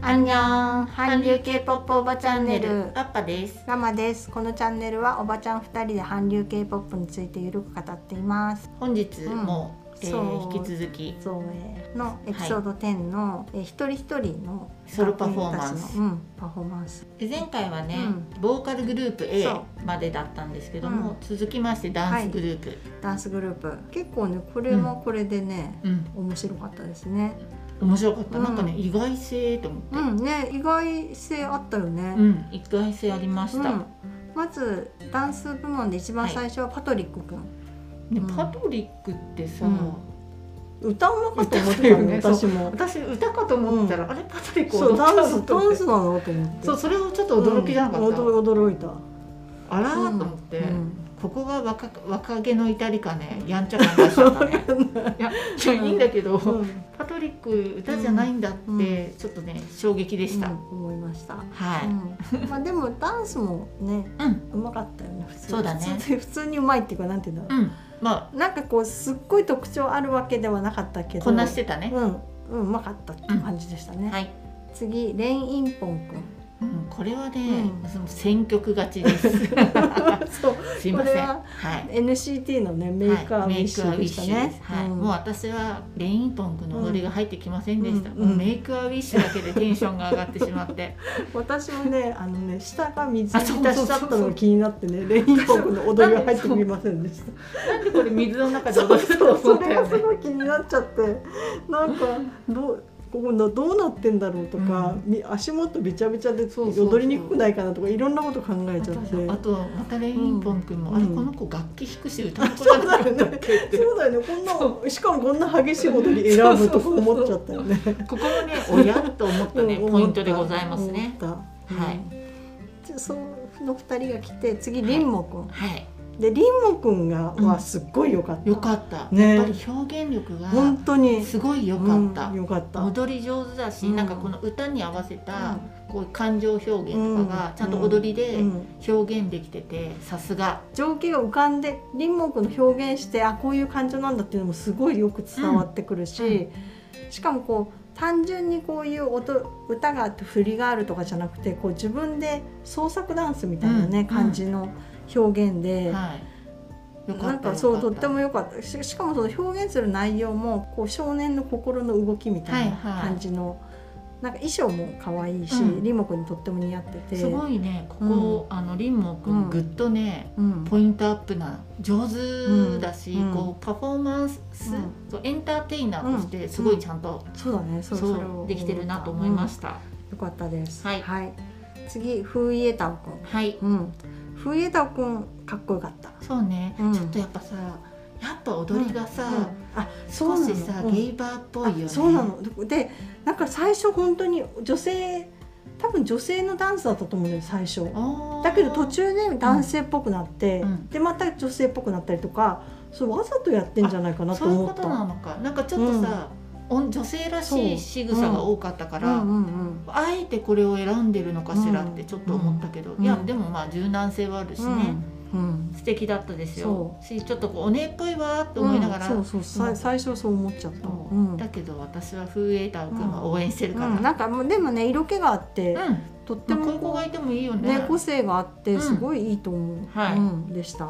アンニョン韓流 K-POP おばチャンネルアッパですラマですこのチャンネルはおばちゃん2人で韓流 K-POP についてゆるく語っています本日も、うんえーそう引き続き造影のエピソード10の、えー一人一人のソロパフォーマン学ス生たちのうん、パフォーマンスで前回はね、うボーカルグループそ A までだったんですけども、続きましてダンスグループ、ダンスグループ結構ねこれもこれでね、うん面白かったですね面白かった、うんなんかね意外性と思って、うんね意外性あったようね、ん意外性ありました、うんまずダンス部門で一番最初はパトリック君、ねうんパトリックってさ、うん歌うまかったと思ってたの、歌うよね私も私歌かと思ったら、あれパトリックそう踊っダたンぞスとダ思ンってスなのと思ってそうそれをちょっと驚きじゃなかった、うん驚驚いたあらうんーと思って、うんここが若若気の至りかねやんちゃ感出しちゃったねいやいやいいんだけど、うんパトリック歌じゃないんだって、うちょっとね衝撃でした、うん思いました、はい、うんまあでもダンスもねうんうまかったよね普通そうだね普通普通にう まいっていうかなんていうんだろうんまうなんかこうすっごい特徴あるわけではなかったけあどこんなしてたね、うん、うん、うまかったっていう感じでしたね、はい、次レン・インポン君うん、これはね、うんその選曲勝ちです そうすいませこれんははい NCT のねメーカーはウいィッシュでしたメイクアウィッシュでねす、はいうんもう私はレインポンクの踊りが入ってきませんでした、うんもうメイクアウィッシュだけでテンションが上がってし まって私もねあのね下が水あそうにそう浸そうしちゃったのが気になってねレインボーの踊りが入ってきませんでしたなんでこれ水の中でそう踊ってたとそ思ったれよがすねごい気になっちゃってなんかどうここのどうなってんだろうとか、み足元びちゃびちゃでそうそうそう踊りにくくないかなとかいろんなこと考えちゃってあとまたレインポン君も、うんあれうんこの子楽器弾くし歌う子じゃなかったっけって、そうだよねこんなしかもこんな激しい踊り選ぶとかそうそうそう思っちゃったよね。ここもねおやっと思ったねうんポイントでございますね。思ったはいうんじゃあその二人が来て次リンモ君はいでリンモ君がうんはすっごい良かった。よかった、ねやっぱり表現力が本当にすごい良かった、うん良かった。踊り上手だし、うんなんかこの歌に合わせた、こう感情表現とかがうんちゃんと踊りでうん表現できててさすが情景が浮かんで林檎君の表現してあこういう感情なんだっていうのもすごいよく伝わってくるし、しかもこう単純にこういう音歌があって振りがあるとかじゃなくてこう自分で創作ダンスみたいなね、うん感じの表現で。はいよかったなんかそうよとかっても良かったししかもその表現する内容もこう少年の心の動きみたいなはいはい感じの、なんか衣装も可愛いし、うんリモ君にとっても似合っててすごいねここ、あのリンモう君んぐっとね、うんポイントアップな上手だし、うんこうパフォーマンス、うんそうエンターテイナーとしてすごいちゃんと、そうだねそうそれそをうできてるなと思いました、よかったです。はい次、フーイエタオ君。はいうん。フーイエタオ君、かっこよかった。そうね、うんちょっとやっぱさやっぱ踊りがさ、うんあ、そう少なしの。さ、うんゲイバーっぽいよねあそうなの。で、なんか最初本当に女性、多分女性のダンスだったと思うんだよ最初。あーだけど途中で男性っぽくなって、うんでまた女性っぽくなったりとか、そうわざとやってんじゃないかなとそういう思こった。となのかなんかちょっとさ、お女性らしい仕草が多かったから、うんうんうん。あえてこれを選んでるのかしらってちょっと思ったけど、うんいやうんでもまあ柔軟性はあるしね、うん。うん素敵だったですよそしちょっとこうお姉っぽいわーって思いながら、うんそうそう、うんさ最初そう思っちゃった。そううんだけど私はフーエータオ君は応援してるから、ううんんなんかもうでもね色気があって、とってでもこもういう子がいてもいいよねね、個性があってうんすごいいいと思う、うんはいでした、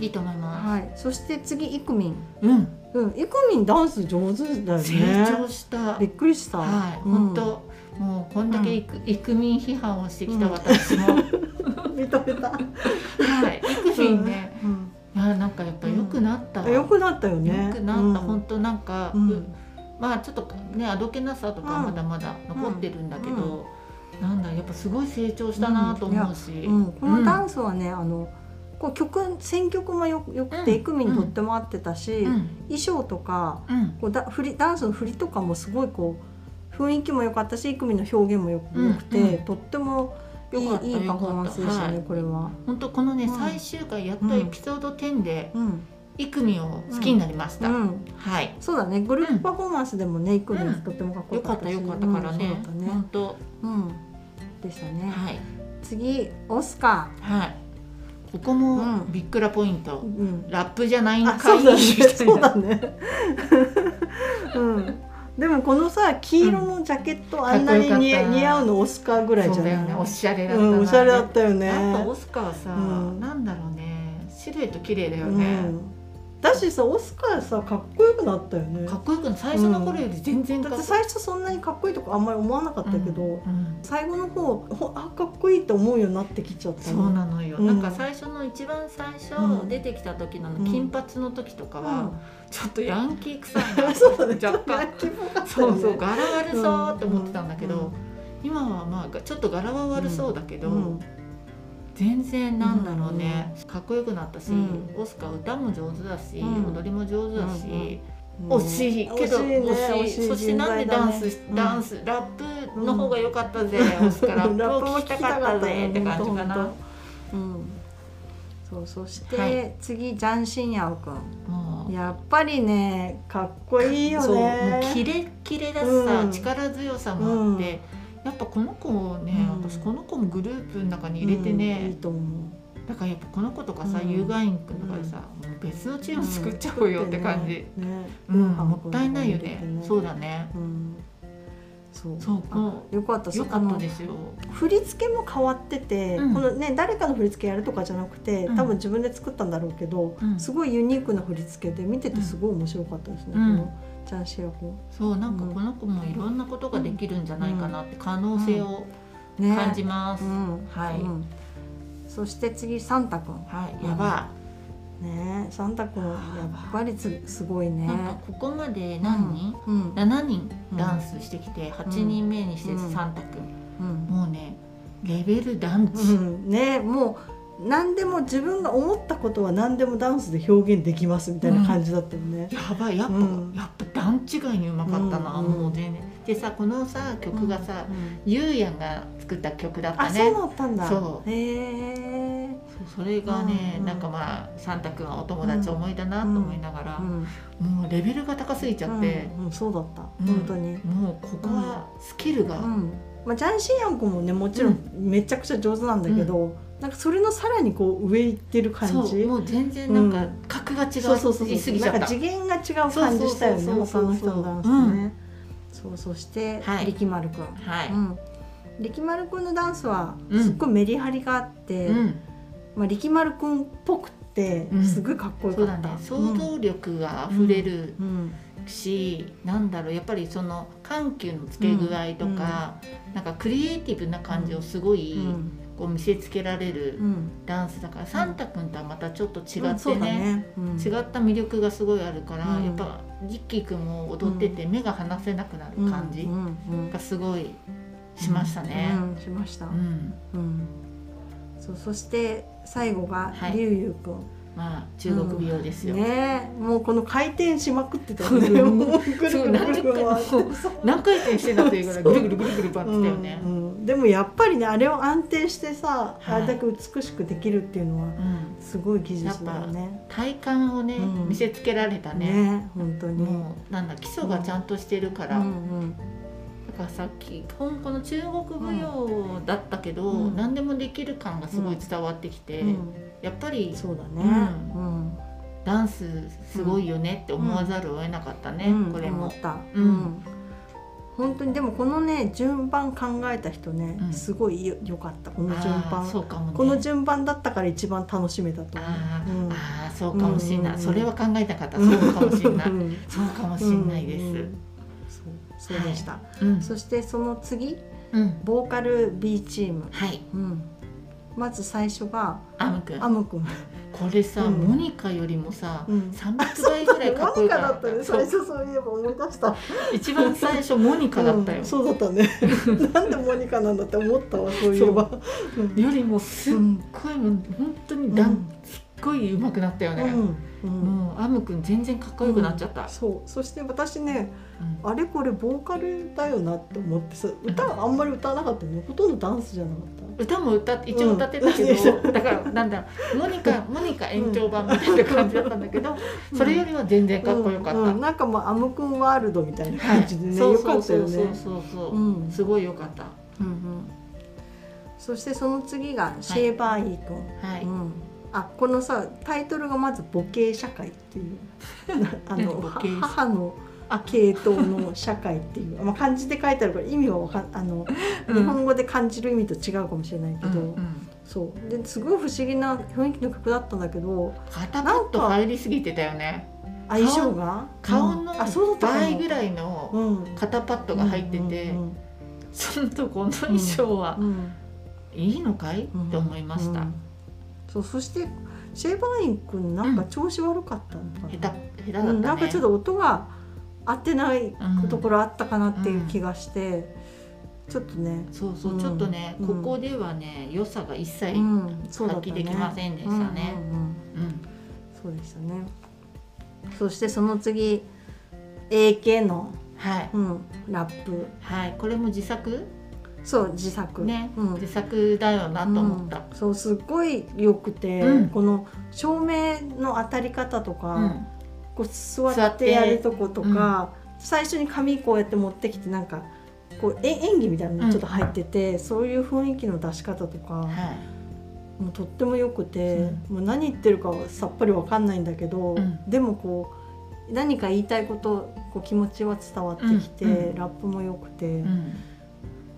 いいと思いまはい、そして次イクミン、す、うん、うん、イクミンダンス上手だよね成長した、びっくりした、はいうん本当、もうこんだけイク,、イクミン批判をしてきた私も、 認めた、 はいイクミンね、うんいやなんかやっぱ良くなったわ、よくなったよね良くなった、本当なんか、うんうまあちょっとねあどけなさとかうんまだまだ残ってるんだけど、なんだやっぱすごい成長したなと思うし、うんうん、このダンスはね、あのこう曲選曲もよよくて、うんイクミンにとっても合ってたし、うん衣装とかうんこうだ振りダンスの振りとかもすごいこう雰囲気も良かったしイクミンの表現もようん良くて、うんとってもいいよかったいいパフォーマンスでしたね、よかったこれは。本当このね、うん最終回やったエピソード10で、うんイクミンを好きになりました、うん、はいそうだねグループパフォーマンスでもね、イクミンとってもかっこよよかかっったたよかったうんからね,、そうだったね本当うん、でしたね、はい次オスカはいここうもんビックラポイント、ー、うん、ラップじゃないんあかそいだうね みたいなそうだねうんでもこのさ黄色のジャケットあんなにかっこ似よかった似合うのオスカーぐらいじそゃうなだいよねおしゃれだったうな、ん、おしゃれだったよね。やっぱオスカーさ、うんなんだろうねシルエット綺麗だよね、うん、だしさオスカーさかっこよくなったよねかっこよく最初の頃より全然かっだっこて最初そんなにかっこいいとこあんまり思わなかったけど、うん最後の方ほあかっこいいって思うようになってきちゃったそうなのよ、うんなんか最初の一番最う初ん出てきた時のあうのん金髪の時とかは、ちょっとヤンキー臭いうん なそうだねちょ若っとヤ干ンキーっぽかったそようねそう柄悪そうって思ってたんだけど、うんうん今はまあちょっと柄は悪そうだけど、うん全然なんだろうね、かっこよくなったし、うんオスカー歌も上手だし、うん踊りも上手だし、うんうん惜しいけ惜しい,、ど惜ね、しいそしてなんでダンス、うんダンスラップの方が良かったぜ、オスカーラップを聞きたかったぜって感じかな。本当うんそうそして、はい次ジャン・シンヤオくんもうやっぱりねかっこいいよそうもねうキレッキレだしさ、うん力強さもあって、やっぱこの子をね、うん私この子もグループの中に入れてうんいいね、と思うだからやっぱこの子とかさ、うん有害員くんとかでさ、もう別のチーム作っちゃおうよって感じ、うんねうんもったいないよねう、んそうだねうんそうそうこよかったうよかあったのですよ振り付けも変わってて、うんこのね誰かの振り付けやるとかじゃなくて、うん多分自分で作ったんだろうけど、うんすごいユニークな振り付けで見ててすごい面白かったですね、うんこのジャンシェアコそうなんかこの子もいろんなことができるんじゃないかなって可能性をン、ね感じます、うんはいうんそして次サンタくんはいやばねサンタくんやっぱりすすごいい、ねなんかここまで何人、うん7人ダンスしてきて、8人目にしてうんサンタ君、うん、もうねレベルダンうチ、んねもう何でも自分が思ったことは何でもダンスで表現できますみたいな感じだったよね、やばいやっぱ、うんやっぱ段違いにうまかったな、うんもう全然でさこのさ曲がさ、ゆうやんが作った曲だったあそねうだったんだそうへえそうそれがね、うんうんなんかまあサンタ君はお友達思いだなと思いながら、うんもうレベルが高すぎちゃって、うんうんそうだった、うん本当に、もうここはスキルが、うんまあ、ジャン・シンヤン君もねもちろんめちゃくちゃ上手なんだけど、なんかそれのさらにこう上行ってる感じそうもう全然なんか格が違そうそうそういすぎちなゃっんかた次元が違う感じしたよねそうそ他うそのうそう人のダンスね、そうそして、はい力丸くん、はい、うん、力丸くんのダンスはうんすっごいメリハリがあって、うんまあ、力丸くんっぽくってうんすごいかっこよそかうだった、ね想像力が溢れるうんし、なんだろうやっぱりその緩急のつけ具合とか、なんかクリエイティブな感じをすごいうんこう見せつけられるうんダンスだから、サンタ君とはまたちょっと違うんっそてうだね,、ねうん違った魅力がすごいあるから、うんやっぱリッキー君も踊ってて目が離せなくなる感じうんうんがすごいしましたね。うんしました、うんうんそうそして最後がはいリュウユウくんまあ中国美容ですよ、ねえもうこの回転しまくってたよそうだねよもうぐるそぐうる何ぐる十ぐる回も回ってさ何回転してんだというぐらいぐるぐるぐるぐる回ってたよね。うんうんでもやっぱりねあれを安定してさ、はいあれだけ美しくできるっていうのはうんすごい技術だよね体幹をね、うん見せつけられたねねえ本当にもうなんだ基礎がちゃんとしてるから、うんだからさっき本この中国舞踊だったけど、うん何でもできる感がすごい伝わってきて、うんうんやっぱりそうだねううんダンスすごいよねって思わざるを得なかったね、うんこれ思もっ。た、うん本当にでもこのね順番考えた人ね、うんすごいよ良かったこの順あー番、そうかもねこの順番だったから一番楽しめたと思あー、う、うんあーそうかもしんない、うんそれは考えたかったそうかもしんない、うんそうかもしんないです、ううんんそうそうでした、うんそしてその次うんボーカル B チーム、はいうんまず最初がアム君アム君、これさ、うんモニカよりもさ、うん300倍ぐらいかっこモニよくカなだかっったたねそう最初そういえば思い出した一番最初モニカだったよ、うんそうだったね なんでモニカなんだって思ったわそういえばうんよりもすっごいもう本当にダン、すっごい上手くなったよね、うんうんもうアムくん全然かっこよくなっちゃった、そうそして私ねうんあれこれボーカルだよなって思ってさ歌あんまり歌わなかったよねほとんどダンスじゃなかっ歌も歌って一応歌ってたけど、だからなんだろうモニカモニカ延長版みたいな感じだったんだけど、うんそれよりは全然たかっこよかった、うんうんなんかもうアム君ワールドみたいなはい感じでね、そうよそかうったそようそうねそうそう、うんすごいよかったうんうんそしてその次がシェーバーイー君、はい、うんあこ のさタイトルがまず「母系社会」っていうあの何母系母のあ系統の社会っていう、 まあ、漢字で書いてあるから意味はわかんあのうん日本語で感じる意味と違うかもしれないけど、うんうんそうですごい不思議な雰囲気の曲だったんだけどパタパッと入りすぎてたよね相性が顔うんのあそうだったか倍ぐいらいのうん、肩パッドが入ってて、うんちょっとこの衣装はうんうんいいのかい、うんって思いました、うんそうそしてシェーバーイン君なんか調子悪かったのかな、下手下手だったね、うんなんかちょっとと音が合ってないうんところあったかなっていう気がして、ちょっとね、そうそう、うんちょっとね、うんここではね良さが一切うんそうだ発った揮ねできませんでしたうんうねんうんうんそうでしたねそしてその次 AK の、はいうん、ラップはいこれも自作そう自作ね、うん自作だよなと思った、うんそうすっごい良くて、うんこの照明の当たり方とか、うんこう座座っっててやるとことか、最初に紙こうやって持ってきてなんかこうえ演技みたいなのちょっと入ってて、そういう雰囲気の出し方とか、はもうとっても良くて、もう何言ってるかはさっぱりわかんないんだけど、うんでもこう何か言いたいことこう気持ちは伝わってきて、うんうんラップも良くて、い、うん、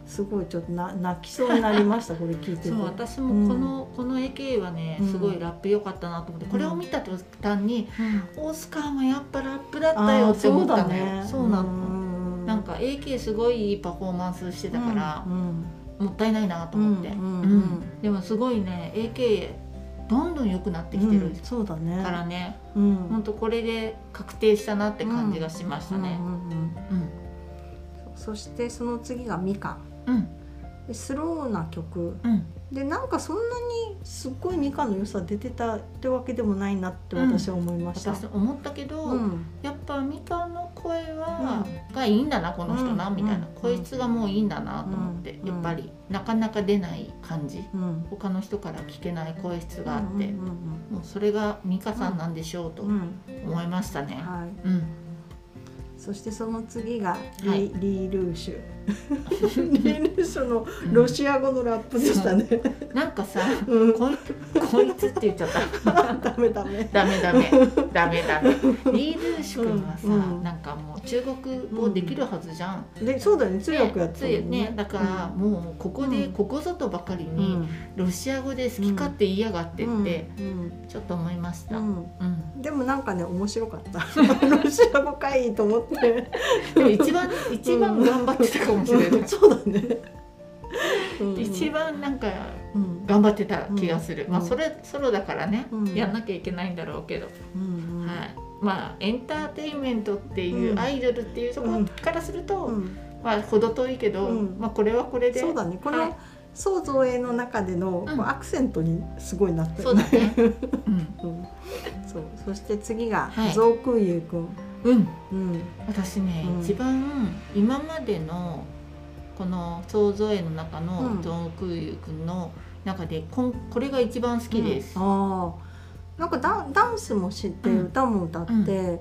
すごいちょっとな泣きそうになりましたこれ聞いてて。そう私もこの、この AK はねすごいラップ良かったなと思って、これを見た途端にオスカーもやっぱラップだったよって思ったのよそう,、なの、のなんか AK すごいいいパフォーマンスしてたからう、んもったいないなと思って、うんうんうんでもすごいね AK どんどん良くなってきてうるんそうだねからね、うんほんとこれで確定したなって感じがしましたねうんうんうんうんそしてその次がみかんうんでスローな曲うんでなんかそんなにすっごいみかんの良さ出てたってわけでもないなって私は思いました、私思ったけど、うんやっぱみかんの声は、がいいんだなこの人な、みたいな、うんこいつがもういいんだなと思って、うんやっぱりなかなか出ない感じうん他の人から聞けない声質があって、うんもうそれが美香さんなんでしょうとうんうんうん思いましたね。はい、 うん、そしてその次がリ,、はいリールーシュリールーシュのロシア語のラップでしたね、なんかさうんこいこいつって言っちゃったダメダメダメダメダメダメリー・ルーシュ君はさ、うんなんかもう中国語できるはずじゃん、でそうだよね通訳やってたついもんねだからもうここで、うんここぞとばかりうんにロシア語で好き勝手言いやがってって、うんちょっと思いました、ううんんでもなんかね面白かったロシア語かいと思ってでも 一番一番頑張ってたかもしれない、うんそうだね、うん一、番なんかうん頑張ってた気がする、うんまあそれソロだからね、うんやんなきゃいけないんだろうけど、うんうんはいまあエンターテインメントっていう、うんアイドルっていうところからすると、うんまあ程遠いけど、うんまあこれはこれでそうだねこはいの想像絵の中でのうんこうアクセントにすごいなったそようねだねうん、うんそうそして次がはい造空優くんうん、うん私ね、うん一番今までのこの想像絵の中うんのゾン・クーユくんの中でこんこれが一番好きです、うんああなんかダンダンスもしてうん歌も歌って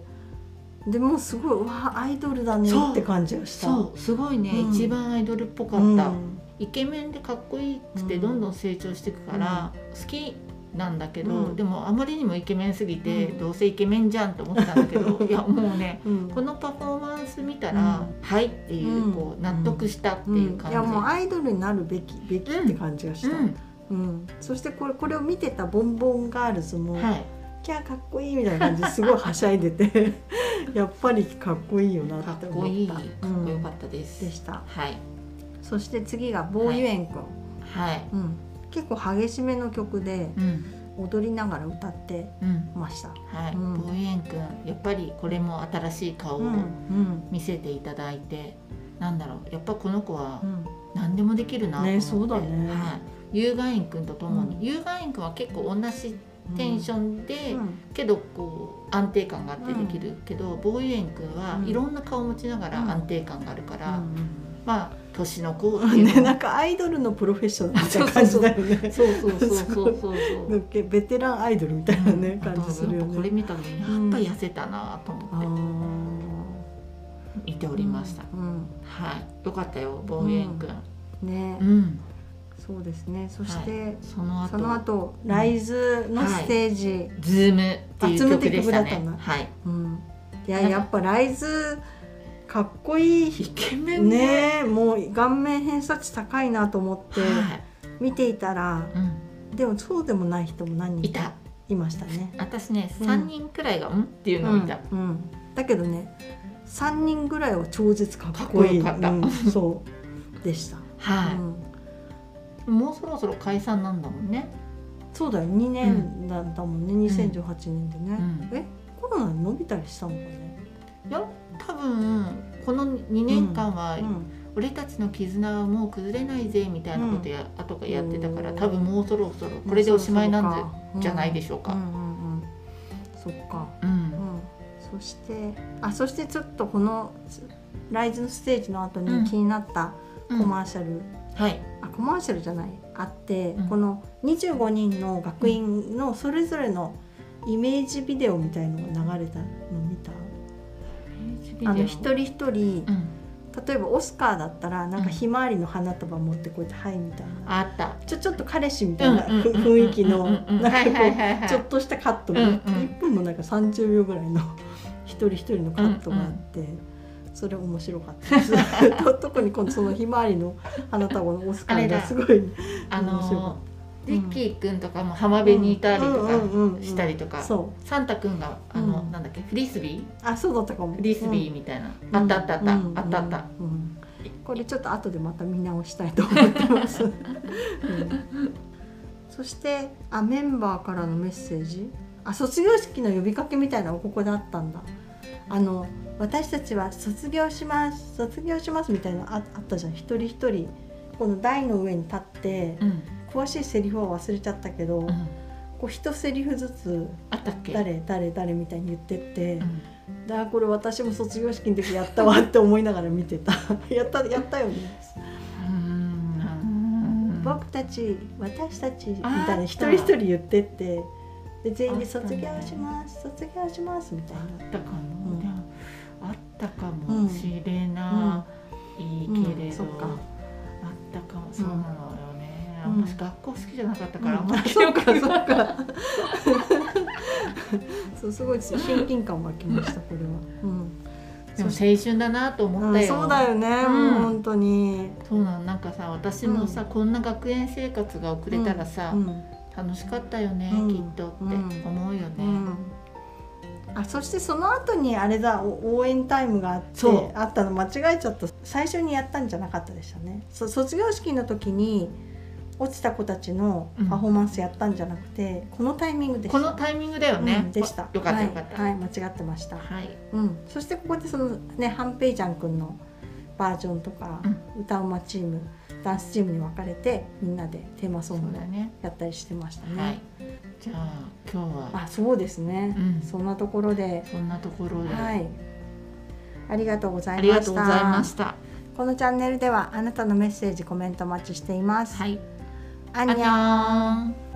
でもうすごいうわアイドルだねそうって感じがしたそうすごいね、うん一番アイドルっぽかうっんた、イケメンでかっこいいくてうんどんどん成長していくから、好きなんだけど、うんでもあまりにもイケメンすぎて、うんどうせイケメンじゃんって思ってたんだ けどいやもうねうんこのパフォーマンス見たら、うんはいっていう,、うんこう納得したってうんいういやもう感アイドルになるべきべきって感じがしじ、た、うんうん、そしてこれこれを見てたボンボンガールズも、はい、キャーかっこいいみたいな感じですごいはしゃいでて やっぱりかっこいいよなかってっ思ったこいい、かうっこよんかったです、でしたはいそして次がボーユエン君、はいうん、結構激しめの曲でうん踊りながら歌ってうんました、はい、うんボーエン君やっぱりこれも新しい顔をうんうん見せていただいて、なんだろうやっぱこの子はうん何でもできるなと思って、ねそうだねはい、ユーガイン君とともに、うんユーガイン君は結構同じテンションで、うんけどこう安定感があってできるけど、ボーイエン君はうんいろんな顔を持ちながらうん安定感があるかうら、んまあ年の子ってうんいう ね、のもなんかアイドルのプロフェッショナルみたいな感じだよねそうそうそ うそうそうなんかベテランアイドルみたいなね、あ感じするよとやっぱこれね見た時にやっぱ痩せたなとあ思って見ておりました、ーうんはいよかったよボーイエン君ね、うん、そうですねそして、その後その後ライズのステージ、ズームっていあう曲でしたズームって曲だったねんだはいうん、いやなんかやっぱライズかっこいいイケメンねねえもう顔面偏差値高いなと思ってはい見ていたらうん、でもそうでもない人も何い人かたいましたね。私ねうん3人くらいが「うん?」っていううのを見た、んうん、だけどね3人ぐらいは超絶かっこいいかっこよかったうん、そうでした、はい、うん、もうそろそろ解散なんだもんねそうだよ2年だったもんね、2018年でね、うんえコロナで伸びたりしたもんね、多分この2年間はうん、俺たちの絆はもう崩れないぜみたいなことや、あとがやってたからうん多分もうそろそろこれでおしまいなんででじゃないでししょううんか。うんうん、そっかうんうん、そしてあそしてちょっとこの「ライズのステージ」の後うにん気になったうコんマーシャル、はい、あコマーシャルじゃないあって、うんこの25人の学院のそれぞれのイメージビデオみたいのが流れたの見たあの一人一人、うん、例えばオスカーだったらなんかひまわりの花束持ってこうやって「はい」みたいなあったちょちょっと彼氏みたいなうんうんうんうん雰囲気のうんうんうんなんかはいこはいはいはういちょっとしたカットが、うんうん1分のなんか30秒ぐらいの一人一人のカットがあって、それ面白かったです と特にこのそのひまわりの花束のオスカーがすごいあ面白かのたリッキーくんとかも浜辺にいたりとうんうんうんうかんしたりとか、そうサンタくんがあの、うんなんだっけフリスビあそうだったかもーフリスビーみたいな、あったあったあった、あったあった、うんうんこれちょっと後でまた見直したいと思って ます、うんそしてあメンバーからのメッセージあ卒業式の呼びかけみたいなのがここであったんだあの私たちは卒業します卒業しますみたいなのああったじゃん一人一人この台の上に立ってうん詳しいセリフは忘れちゃったけど、うんこう一セリフずつあったっけ、誰誰誰みたいに言ってって、うんだからこれ私も卒業式の時やったわって思いながら見て たやったやったよね、うん僕たち私たちみあーたいな一人一人言ってってで全員で「卒業します卒業します」みたいあったかも、うんでもあったかもしれない、うんけれど、そっかあったかもそうなのよね、うん私学校好きじゃなかったかなら、あんまりそう記か憶がそうかそうすごい親近感湧きましたこれは、うん、でもそ青し春だなと思ったよ、そうだよね、うんもう本当にそうなのなんかさ私もさ、こんな学園生活が送れたらさ、うん楽しかったよね、うんきっとって思うよね、うんあそしてその後にあれだお応援タイムがあってそうあったの間違えちゃった最初にやったんじゃなかったでしたねそ卒業式の時に落ちた子たちのパフォーマンスやったんじゃなくて、このタイミングでしたこのタイミングだよね、うんでしたよかったよかったは、はいい、はい間違ってました、うん、そしてここでそのねハンペイジャン君のバージョンとか、歌うまチームダンスチームに分かれてみんなでテーマソそうングだねやったりしてましたね、はいじゃあ今日はあそうですねう、んそんなところでそんなところで、はい。ありがとうございあました。りがとうございましたこのチャンネルではあなたのメッセージ、コメントお待ちしています。はいアン 안녕 ニョン。 안